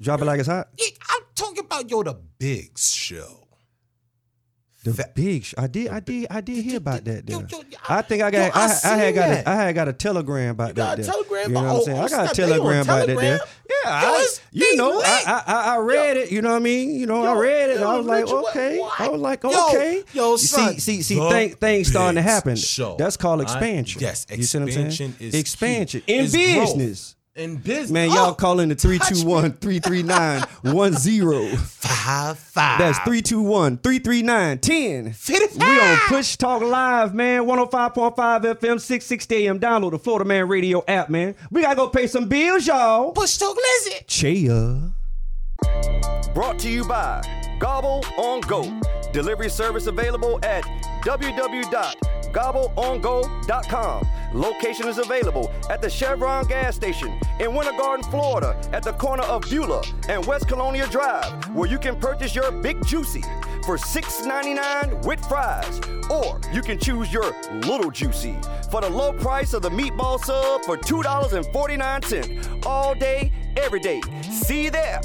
C: Drop it like it's hot.
D: Yeah, I'm talking about yo the big show.
C: The
D: That-
C: big, sh- I did, I did, I did hear about that.
D: yo,
C: There.
D: yo, yo,
C: I think I
D: yo,
C: got, I,
D: I
C: I had
D: seen
C: got,
D: that.
C: a, I had got a telegram about
D: got
C: that.
D: a
C: there.
D: telegram
C: You know
D: about-
C: what I'm
D: oh,
C: saying?
D: oh,
C: I got a
D: snap, they on
C: telegram about that. There.
D: Telegram?
C: Yeah,
D: Yo,
C: I,
D: it's
C: you know,
D: big
C: I, I, I- I read it. You know what I mean? You know, I
D: Yo,
C: read it.
D: yo,
C: I was like,
D: Richard, what-
C: okay. I
D: what?
C: was like,
D: Yo,
C: okay.
D: yo,
C: You
D: son,
C: see, see, see,
D: the
C: thing, things starting to
D: big
C: happen.
D: show.
C: That's called
D: I-
C: expansion.
D: yes,
C: You see what I'm saying?
D: expansion is key.
C: expansion in
D: It's growth.
C: business.
D: In business,
C: Man, y'all
D: Oh,
C: calling the
D: touch me.
C: 321 339 10.
D: five five.
C: That's 321 339 10. We on Push Talk Live, man. 105.5 FM, 660 AM. Download the Florida Man Radio app, man. We gotta go pay some bills, y'all.
D: push talk lizard.
C: Chia.
E: Brought to you by Gobble on Go. Delivery service available at www.gobbleongo.com. Location is available at the Chevron gas station in Winter Garden, Florida, at the corner of Beulah and West Colonia Drive, where you can purchase your Big Juicy for $6.99 with fries. Or you can choose your Little Juicy for the low price of the meatball sub for $2.49 all day, every day. See you there.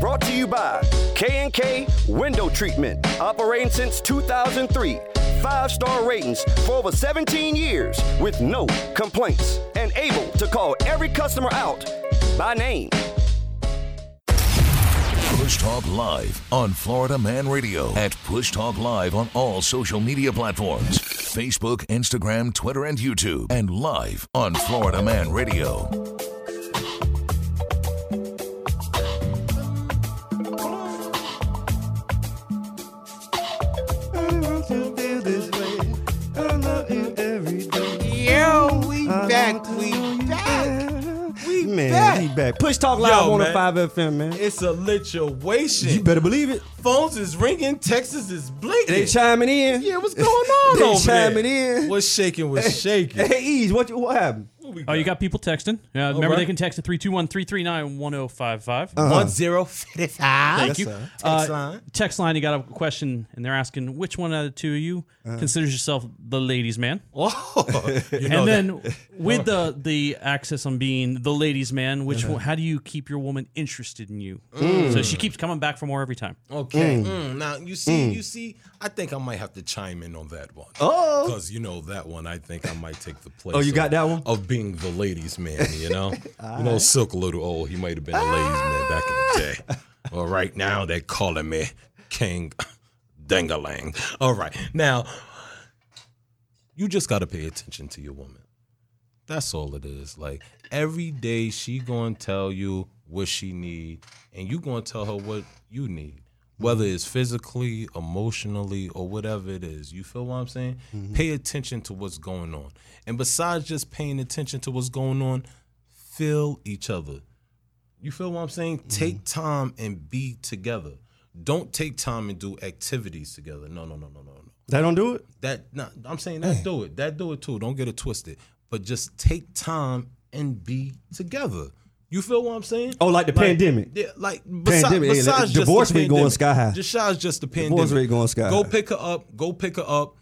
E: Brought to you by K&K Window Treatment, operating since 2003. Five-star ratings for over 17 years with no complaints and able to call every customer out by name.
A: Push Talk Live on Florida Man Radio at Push Talk Live on all social media platforms Facebook, Instagram, Twitter, and YouTube, and live on Florida Man Radio.
H: Yo, we back, we back. We
C: Uh-huh. Man,
H: back.
C: he back. Push Talk Live oh
D: Yo,
C: on the
D: man.
C: 5 FM, man.
D: It's a lituation.
C: You better believe it.
D: Phones is ringing. Texas is blinking.
C: They chiming in.
D: yeah, what's going on
C: They
D: over
C: chiming
D: there?
C: in.
D: What's shaking? What's shaking?
C: Hey, Ease, what, you- what happened?
D: What we
I: Oh, you got people texting. Uh, remember,
D: right.
I: they can text at 321 339 1055.
C: uh-huh.
D: one zero fifty five.
I: Thank you.
C: sir.
I: Text line. Text line, you got a question, and they're asking which one out of the two of you considers yourself the ladies' man?
D: Oh, you know
I: and
D: that.
I: then with the the axis on being the ladies' man, which one, how do you keep your woman interested in you? So she keeps coming back for more every time.
D: Okay. Mm, now you see, you see. I think I might have to chime in on that one.
C: Oh.
D: because you know that one. I think I might take the place.
C: Oh, you got
D: of-
C: that one?
D: of being the ladies' man. You know, you know, Silk a little old. He might have been a ladies' man back in the
C: Ah.
D: day. Well, right now they're calling me King Dangalang. All right, now you just got to pay attention to your woman. That's all it is. Like every day she gonna tell you what she need, and you gonna tell her what you need. Whether it's physically, emotionally, or whatever it is. You feel what I'm saying? Pay attention to what's going on. And besides just paying attention to what's going on, feel each other. You feel what I'm saying? Take time and be together. Don't take time and do activities together. No, no, no, no, no, no.
C: They don't do it?
D: That no, I'm saying that do it. That do it too. Don't get it twisted. But just take time and be together. You feel what I'm saying?
C: Oh, like the pandemic.
D: Yeah, like besi-
C: Pandemic, yeah,
D: besides
C: like,
D: just the
C: divorce rate going
D: pandemic.
C: sky high.
D: Besides just the pandemic.
C: Divorce rate going sky
D: Go
C: high.
D: pick her up. Go pick her up,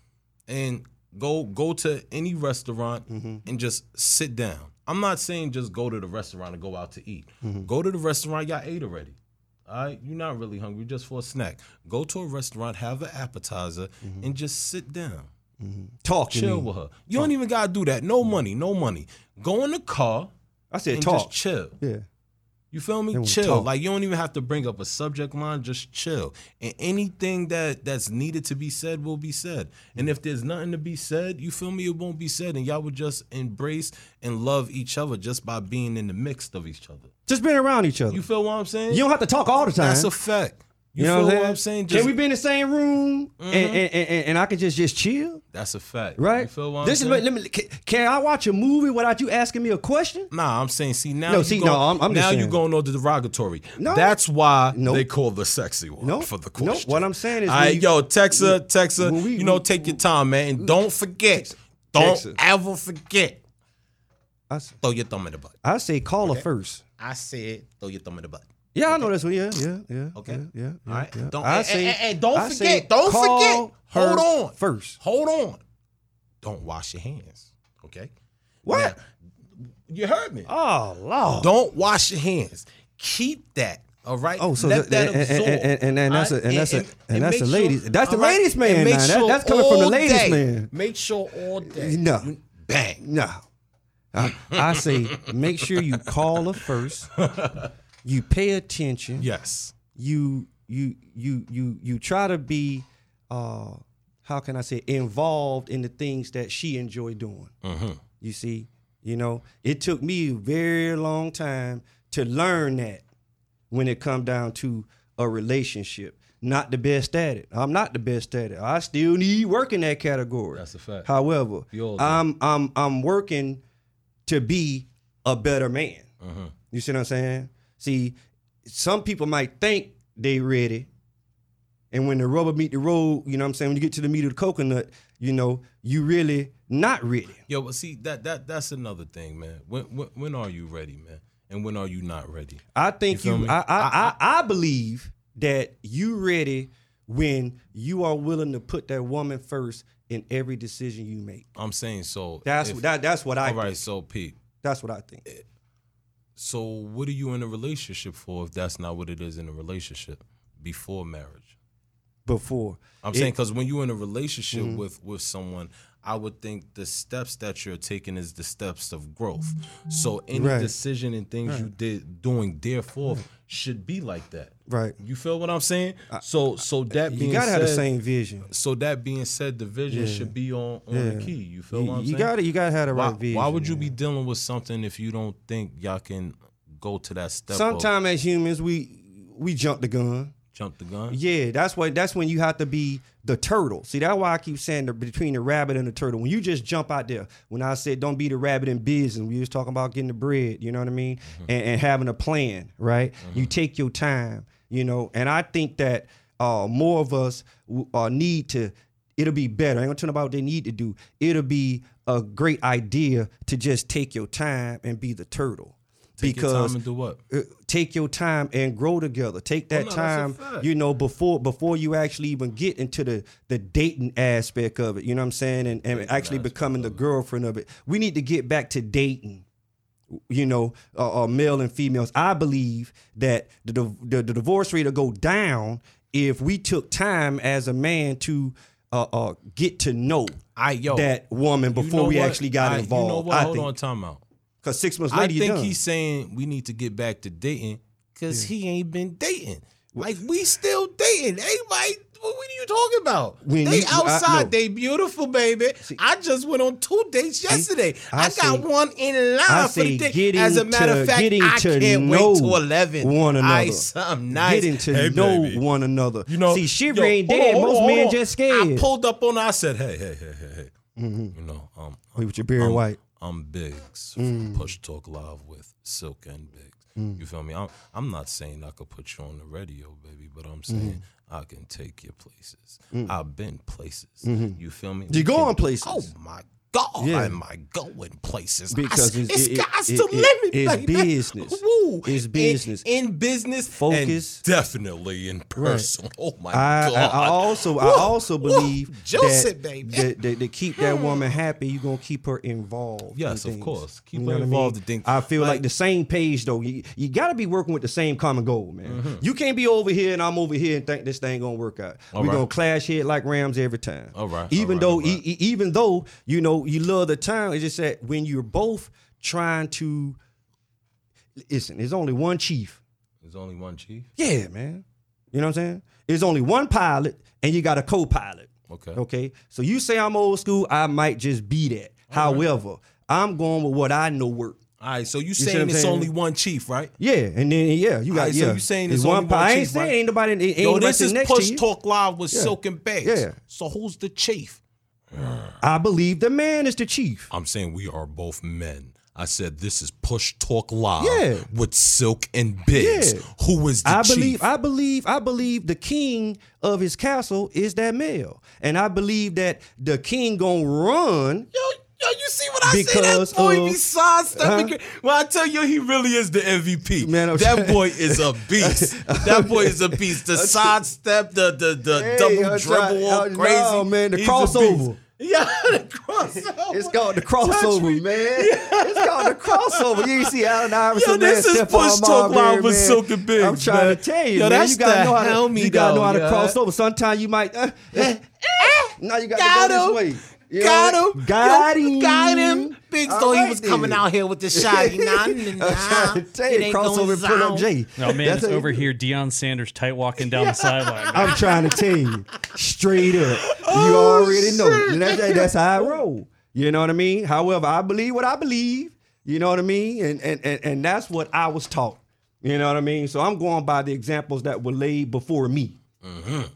D: and go go to any restaurant
C: Mm-hmm.
D: and just sit down. I'm not saying just go to the restaurant and go out to eat.
C: Mm-hmm.
D: Go to the restaurant. Y'all ate already. All right, you're not really hungry, just for a snack. Go to a restaurant, have an appetizer, and just sit down
C: Mm-hmm. Talk to
D: chill
C: me.
D: with her. You don't even gotta do that. No money, no money. Go in the car
C: I said
D: and
C: talk.
D: just chill.
C: yeah.
D: You feel me?
C: Then we
D: Chill.
C: talk.
D: Like you don't even have to bring up a subject line. Just chill. And anything that that's needed to be said will be said. And if there's nothing to be said, you feel me? It won't be said. And y'all would just embrace and love each other just by being in the midst of each other.
C: Just being around each other.
D: You
C: You,
D: feel what I'm saying?
C: don't have to talk all the time.
D: that's a fact. You,
C: You know
D: feel
C: what I'm saying?
D: Just,
C: Can we be in the same room and, and, and, and- and I can just just chill,
D: that's a fact.
C: right?
D: You feel what
C: this
D: I'm
C: is
D: saying?
C: what- let me. Can, can I watch a movie without you asking me a question?
D: Nah, I'm saying, see now.
C: No,
D: you
C: see,
D: going,
C: no, I'm- I'm just
D: now you
C: saying.
D: going on the derogatory.
C: No.
D: that's why
C: Nope.
D: they call the sexy one
C: Nope.
D: for the
C: Nope.
D: question.
C: What I'm saying is
D: All right,
C: we-
D: yo, Texa, Texa,
C: when we-
D: you know,
C: we-
D: take your time, man, and don't forget, don't
C: Texa.
D: ever forget.
C: I, s-
D: Throw your thumb in the butt.
C: I say call her first.
D: I said, throw your thumb in the butt.
C: Yeah, I know that's what. Yeah, yeah, yeah.
D: Okay.
C: Yeah. yeah, yeah,
D: All right.
C: yeah.
D: Don't, eh,
C: I
D: and,
C: say-
D: and- and don't
C: I say
D: forget. Don't
C: call
D: forget.
C: her
D: Hold on.
C: first.
D: Hold on. Don't wash your hands. Okay.
C: What?
D: Now, you heard me.
C: Oh Lord.
D: Don't wash your hands. Keep that. All right.
C: Oh, so
D: let
C: that-
D: that,
C: and- and-
D: absorb.
C: and- and- and that's a-
D: all right?
C: and that's a- and that's
D: make
C: a ladies- that's the
D: all right?
C: ladies' man
D: And make
C: now. That- that's coming from the
D: all
C: ladies'
D: day.
C: man.
D: Make sure all day.
C: No.
D: You- Bang.
C: No. I, I say make sure you call her first. You pay attention.
D: Yes.
C: you you you you you try to be uh how can i say involved in the things that she enjoy doing
D: Mm-hmm.
C: you see you know it took me a very long time to learn that when it come down to a relationship not the best at it i'm not the best at it i still need work in that category
D: That's a fact.
C: however
D: You all do.
C: i'm i'm i'm working to be a better man
D: Mm-hmm.
C: you see what I'm saying? See, some people might think they ready And when the rubber meet the road, you know what I'm saying? When you get to the meat of the coconut, you know, you really not ready.
D: Yo, but see that that that's another thing, man. When when, when are you ready, man? And when are you not ready?
C: I think you,
D: feel me?
C: I, I, I, I believe that you ready when you are willing to put that woman first in every decision you make.
D: I'm saying so.
C: That's
D: if-
C: that, that's what I
D: All right,
C: think.
D: so Pete.
C: That's what I think.
D: So what are you in a relationship for if that's not what it is in a relationship before marriage?
C: Before. It-
D: I'm
C: Mm-hmm.
D: saying because when you're in a relationship with with someone, I would think the steps that you're taking is the steps of growth. So any
C: Right.
D: decision and things you did doing therefore should be like that.
C: Right.
D: You feel what I'm saying? so so that being
C: Uh, You gotta
D: said,
C: have the same vision.
D: So that being said, the vision should be on on the
C: Yeah.
D: key. You feel what
C: You,
D: I'm
C: you
D: saying?
C: gotta you gotta have the
D: why,
C: right vision.
D: why would you
C: man.
D: be dealing with something if you don't think y'all can go to that step? of
C: Sometimes as humans we we jump the gun.
D: jump the gun.
C: Yeah, that's why. That's when you have to be the turtle. See, that's why I keep saying the, between the rabbit and the turtle. When you just jump out there, when I said don't be the rabbit in business, we was talking about getting the bread. You know what I mean?
D: Mm-hmm.
C: And, and having a plan, right? You take your time. You know, and I think that uh, more of us w- uh, need to. It'll be better. I ain't gonna tell them about what they need to do. It'll be a great idea to just take your time and be the turtle.
D: Take your
C: because
D: time and do what?
C: uh, take your time and grow together. Take that
D: Oh, no, that's a
C: time,
D: fact.
C: you know, before before you actually even get into the the dating aspect of it. You know what I'm saying? And and actually becoming the girlfriend of it. We need to get back to dating. You know, uh, uh, male and females. I believe that the, div- the the divorce rate will go down if we took time as a man to uh, uh, get to know
D: I yo
C: that woman
D: you
C: before
D: know
C: we
D: what?
C: actually got
D: I-
C: involved.
D: You know what?
C: I
D: Hold
C: think
D: on, time out.
C: because six months
D: I
C: later, you're
D: think
C: done.
D: he's saying we need to get back to dating because he ain't been dating. Like we still dating. Hey, Mike, what what are you talking about?
C: When
D: they
C: you- I-
D: outside.
C: no.
D: They beautiful, baby. I just went on two dates yesterday. I,
C: I
D: got
C: say-
D: one in line
C: I
D: for
C: say
D: the date.
C: getting
D: As a matter
C: to-
D: of fact,
C: getting
D: I
C: to
D: can't wait
C: know
D: till eleven.
C: one
D: I
C: another.
D: something nice.
C: Getting to
D: Hey,
C: know
D: baby.
C: one another.
D: You know,
C: see, Shiver
D: yo,
C: ain't
D: hold
C: dead.
D: on, hold
C: Most
D: on,
C: men
D: hold on.
C: just scared. Mm-hmm.
D: I pulled up on. her, I said, hey, hey, hey, hey, hey. You know, um,
C: Wait, with your Barry
D: I'm,
C: White. Mm.
D: I'm Biggs from Push Talk Live with Silk and Biggs. You feel me? I'm, I'm not saying I could put you on the radio, baby, but I'm
C: Mm-hmm.
D: saying I can take you places.
C: Mm.
D: I've been places.
C: Mm-hmm.
D: You feel me? We
C: going
D: can do-
C: places.
D: Oh my God,
C: Yeah.
D: am I going places?
C: Because
D: I,
C: it's-
D: it's,
C: it- it-
D: God's
C: it-
D: the
C: it-
D: limit,
C: it's
D: baby.
C: business.
D: Woo.
C: It's
D: In-
C: business.
D: In, business, and
C: Focus.
D: definitely in person. Oh my
C: I,
D: God!
C: I, I also I
D: Woo,
C: also
D: woo,
C: believe
D: juice
C: that,
D: it, baby. Hmm.
C: that- that- to keep that woman happy, you're gonna keep her involved.
D: Yes,
C: in
D: of
C: things.
D: course.
C: You
D: Keep her
C: know what I
D: involved
C: mean?
D: in things.
C: I feel like,
D: Like-
C: the same page though. You, you gotta be working with the same common goal, man.
D: Mm-hmm.
C: You can't be over here and I'm over here and think this thing gonna work out. We're
D: right.
C: gonna clash head like Rams every time.
D: All right, all
C: Even
D: right,
C: though
D: all right.
C: e- e- even though you know you love the town, it's just that when you're both trying to listen, there's only one chief.
D: There's only one chief.
C: Yeah, man. You know what I'm saying? There's only one pilot, and you got a co-pilot.
D: Okay.
C: Okay. So you say I'm old school, I might just be that. However, I'm going with what I know work.
D: All right, so you,
C: see what
D: saying
C: I'm
D: it's
C: saying?
D: only one chief, right?
C: Yeah, and then yeah, you got
D: Alright, so
C: yeah.
D: you saying
C: There's
D: it's only one
C: pi- I ain't
D: chief,
C: saying
D: right?
C: ain't nobody. Ain't ain't
D: Yo,
C: nobody
D: this
C: sitting
D: is
C: next
D: Push
C: to you.
D: Talk Live with Silk and Bags.
C: Yeah.
D: So who's the chief?
C: I believe the man is the chief.
D: I'm saying we are both men. I said this is Push Talk Live
C: Yeah.
D: with Silk and Biggs.
C: Yeah.
D: Who is the
C: I
D: chief?
C: believe, I believe, I believe the king of his castle is that male, and I believe that the king gonna run.
D: Yo, yo, you see what I
C: Because
D: see? That boy
C: of-
D: be sidestepping.
C: Huh?
D: Well, I tell you, he really is the MVP.
C: Man, I'm
D: that
C: trying-
D: boy is a beast. that boy is a beast. The sidestep, the the the
C: Hey,
D: double
C: I'm
D: dribble, all
C: trying- oh,
D: crazy.
C: no, man, the
D: He's a beast.
C: crossover.
D: Yeah, the crossover.
C: It's called the
D: Touch
C: crossover,
D: me.
C: man. It's called the crossover. You ain't see Allen Iverson,
D: Yo, this
C: man,
D: is
C: Stephon
D: Push Talk
C: Marbury,
D: Live with
C: man.
D: Silk and Biggs,
C: I'm trying
D: man.
C: to tell you,
D: Yo,
C: man.
D: that's
C: you gotta
D: the
C: know how to,
D: helmy,
C: you gotta
D: though,
C: know how to
D: yo. Eh,
C: cross over. Sometimes you might. Uh, uh, now you gotta
D: Got
C: go
D: him.
C: this way. You know what
D: Got
C: I
D: him.
C: mean? Got
D: Yo,
C: him.
D: Got him. Big
C: All
D: thought
C: right
D: he was coming
C: then.
D: out here with the shot. You know,
C: I'm trying to tell you, crossover and pull up J.
I: No, man,
C: That's
I: it's
C: how you
I: over
C: do it.
I: here. Deion Sanders tight walking down the sideline.
C: I'm trying to tell you, straight up. you already know. That's, that's how I roll. You know what I mean? However, I believe what I believe. You know what I mean? And and and, and that's what I was taught. You know what I mean? So I'm going by the
D: Mm-hmm.
C: examples that were laid before me.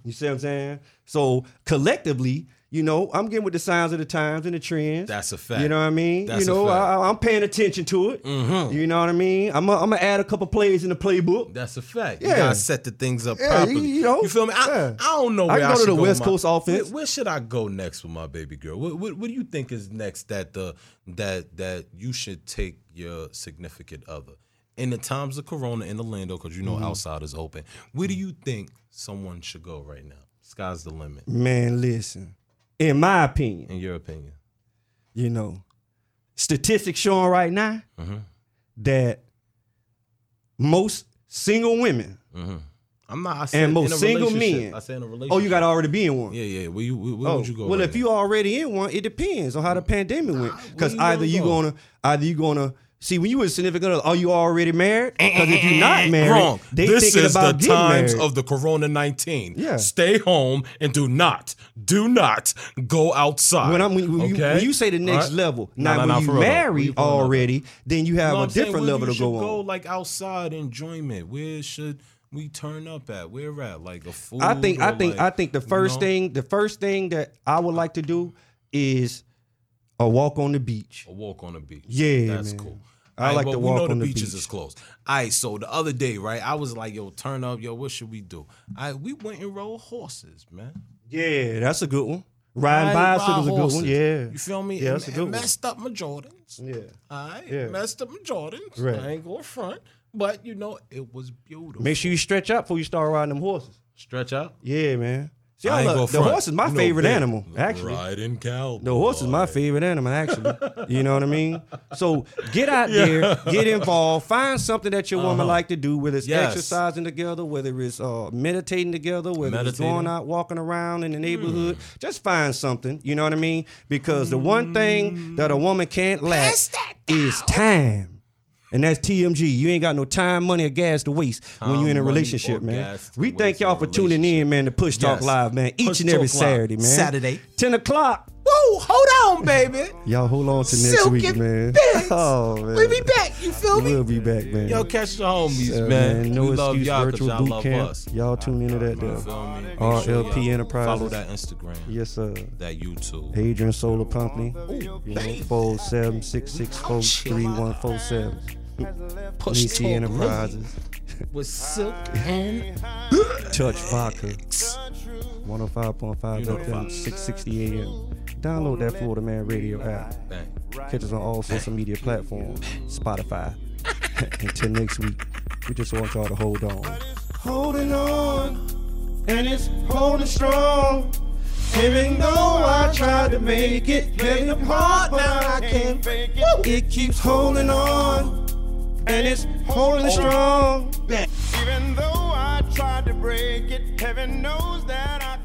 C: You see what I'm saying? So collectively, You know, I'm getting with the signs of the times and the trends.
D: That's a fact.
C: You know what I mean?
D: That's
C: you know,
D: a fact. Mm-hmm.
C: I, I'm paying attention to it. You know what I mean? I'm going to add a couple plays in the playbook.
D: That's a fact.
C: Yeah.
D: You gotta set the things up
C: Yeah,
D: properly.
C: you- you know,
D: feel me? I,
C: yeah.
D: I don't know.
C: I
D: Where I,
C: can go to
D: should
C: the West
D: with
C: Coast offense.
D: Where, where should I go next with my baby girl? What, what, what do you think is next that the that that you should take your significant other in the times of Corona in Orlando because you
C: Mm-hmm.
D: know outside is open? Where do you think someone should go right now? Sky's the limit,
C: Man, listen. In my opinion,
D: in your opinion.
C: you know, statistics showing right now
D: Mm-hmm.
C: that most single women,
D: I'm not. I said
C: And most
D: in a
C: single
D: relationship.
C: men-
D: I said in a relationship.
C: oh, you got to already be in one.
D: Yeah, yeah. Where you? Where, where
C: Oh,
D: would you go?
C: well,
D: right
C: if you already in one, it depends on how the pandemic went. Because
D: you
C: either
D: gonna
C: you
D: go?
C: gonna either you gonna see when you were significant other, are you already married?
D: Eh,
C: Because if you're not married,
D: Wrong.
C: they
D: this
C: thinking
D: is the
C: about getting
D: times
C: married.
D: of the Corona nineteen.
C: Yeah.
D: Stay home and do not, do not go outside.
C: When, I'm, when, you- when you,
D: Okay?
C: when you say the
D: All
C: next
D: right?
C: level,
D: No,
C: now
D: no, no,
C: when
D: for
C: you
D: real. Where
C: marry
D: you going with
C: already, then you have
D: No,
C: a
D: I'm saying,
C: different
D: where
C: level
D: you
C: to
D: should
C: go on.
D: Like outside enjoyment. Where should we turn up at? Where at? Like a food.
C: I think I
D: or
C: think
D: like,
C: I think the
D: you
C: first
D: know?
C: thing the first thing that I would like to do is a walk on the beach.
D: A walk on the beach.
C: Yeah,
D: that's
C: man.
D: cool.
C: I like
D: but
C: to
D: we
C: walk
D: know
C: on the
D: the beaches
C: beach.
D: is closed. All right, so the other day, right, I was like, "Yo, turn up, yo, what should we do?" I we went and rode horses, man.
C: Yeah, that's a good one. Riding
D: Ride
C: bicycles is a good
D: horses.
C: one. Yeah,
D: You feel me?
C: Yeah, that's a
D: It-
C: good
D: it
C: one.
D: messed up my Jordans.
C: Yeah.
D: All right.
C: Yeah.
D: Messed up my Jordans.
C: Right.
D: I ain't going front. But you know, it was beautiful.
C: Make sure you stretch out before you start riding them horses.
D: stretch out.
C: Yeah, man. See,
D: I
C: I
D: ain't
C: love,
D: go
C: the
D: front.
C: horse is my
D: You know,
C: favorite
D: big
C: animal, actually.
D: Riding cow.
C: Oh, The horse is my favorite animal, actually. You know what I mean? So get out there, get involved, find something that your woman like to do, whether it's
D: Uh-huh. Yes.
C: exercising together, whether it's uh, meditating together, whether it's going
D: Meditating. Mm.
C: out walking around in the neighborhood. Just find something. You know what I mean? Because the one thing that a woman can't lack is time. And that's TMG. You ain't got no time, money, or gas to waste when
D: Time,
C: you're in a
D: money,
C: relationship,
D: or
C: man.
D: gas to
C: We thank
D: waste
C: y'all
D: in a
C: for tuning in,
D: relationship.
C: man, to Push Talk
D: Yes.
C: Live, man, each
D: Push
C: and every
D: Talk Live,
C: Saturday, man.
J: Saturday.
C: 10 o'clock.
J: Whoa, hold on, baby.
C: Y'all hold on to next
J: Silk
C: week,
J: and
C: man.
J: Fizz.
C: Oh man,
J: We'll be back. You feel me?
C: We'll be back, man.
D: Yo, catch the homies,
C: Yeah,
D: man.
C: No
D: we
C: excuse.
D: love y'all 'cause
C: virtual
D: y'all
C: boot
D: love
C: camp.
D: us.
C: Y'all tune into that.
D: You
C: Though.
D: feel me? Make sure
C: RLP
D: y'all
C: Enterprises.
D: Follow that Instagram.
C: Yes, sir.
D: That YouTube.
C: Adrian Solar Company. You know, four seven six six four three one four seven.
D: Push
C: EC
D: Talk
C: Enterprises.
D: Live with silk and
C: Touch Vodka. 105.5
D: You know the
C: FM,
D: vibes.
C: 660 AM. Download that Florida Man Radio app.
D: bang.
C: Catch us on all social media platforms, Spotify. Until next week, we just want y'all to hold on. Holding on, and it's holding strong. Even though I tried to make it, playing apart, now I can't fake it. It keeps holding on, and it's holding strong.
K: Even though I tried to break it, heaven knows that I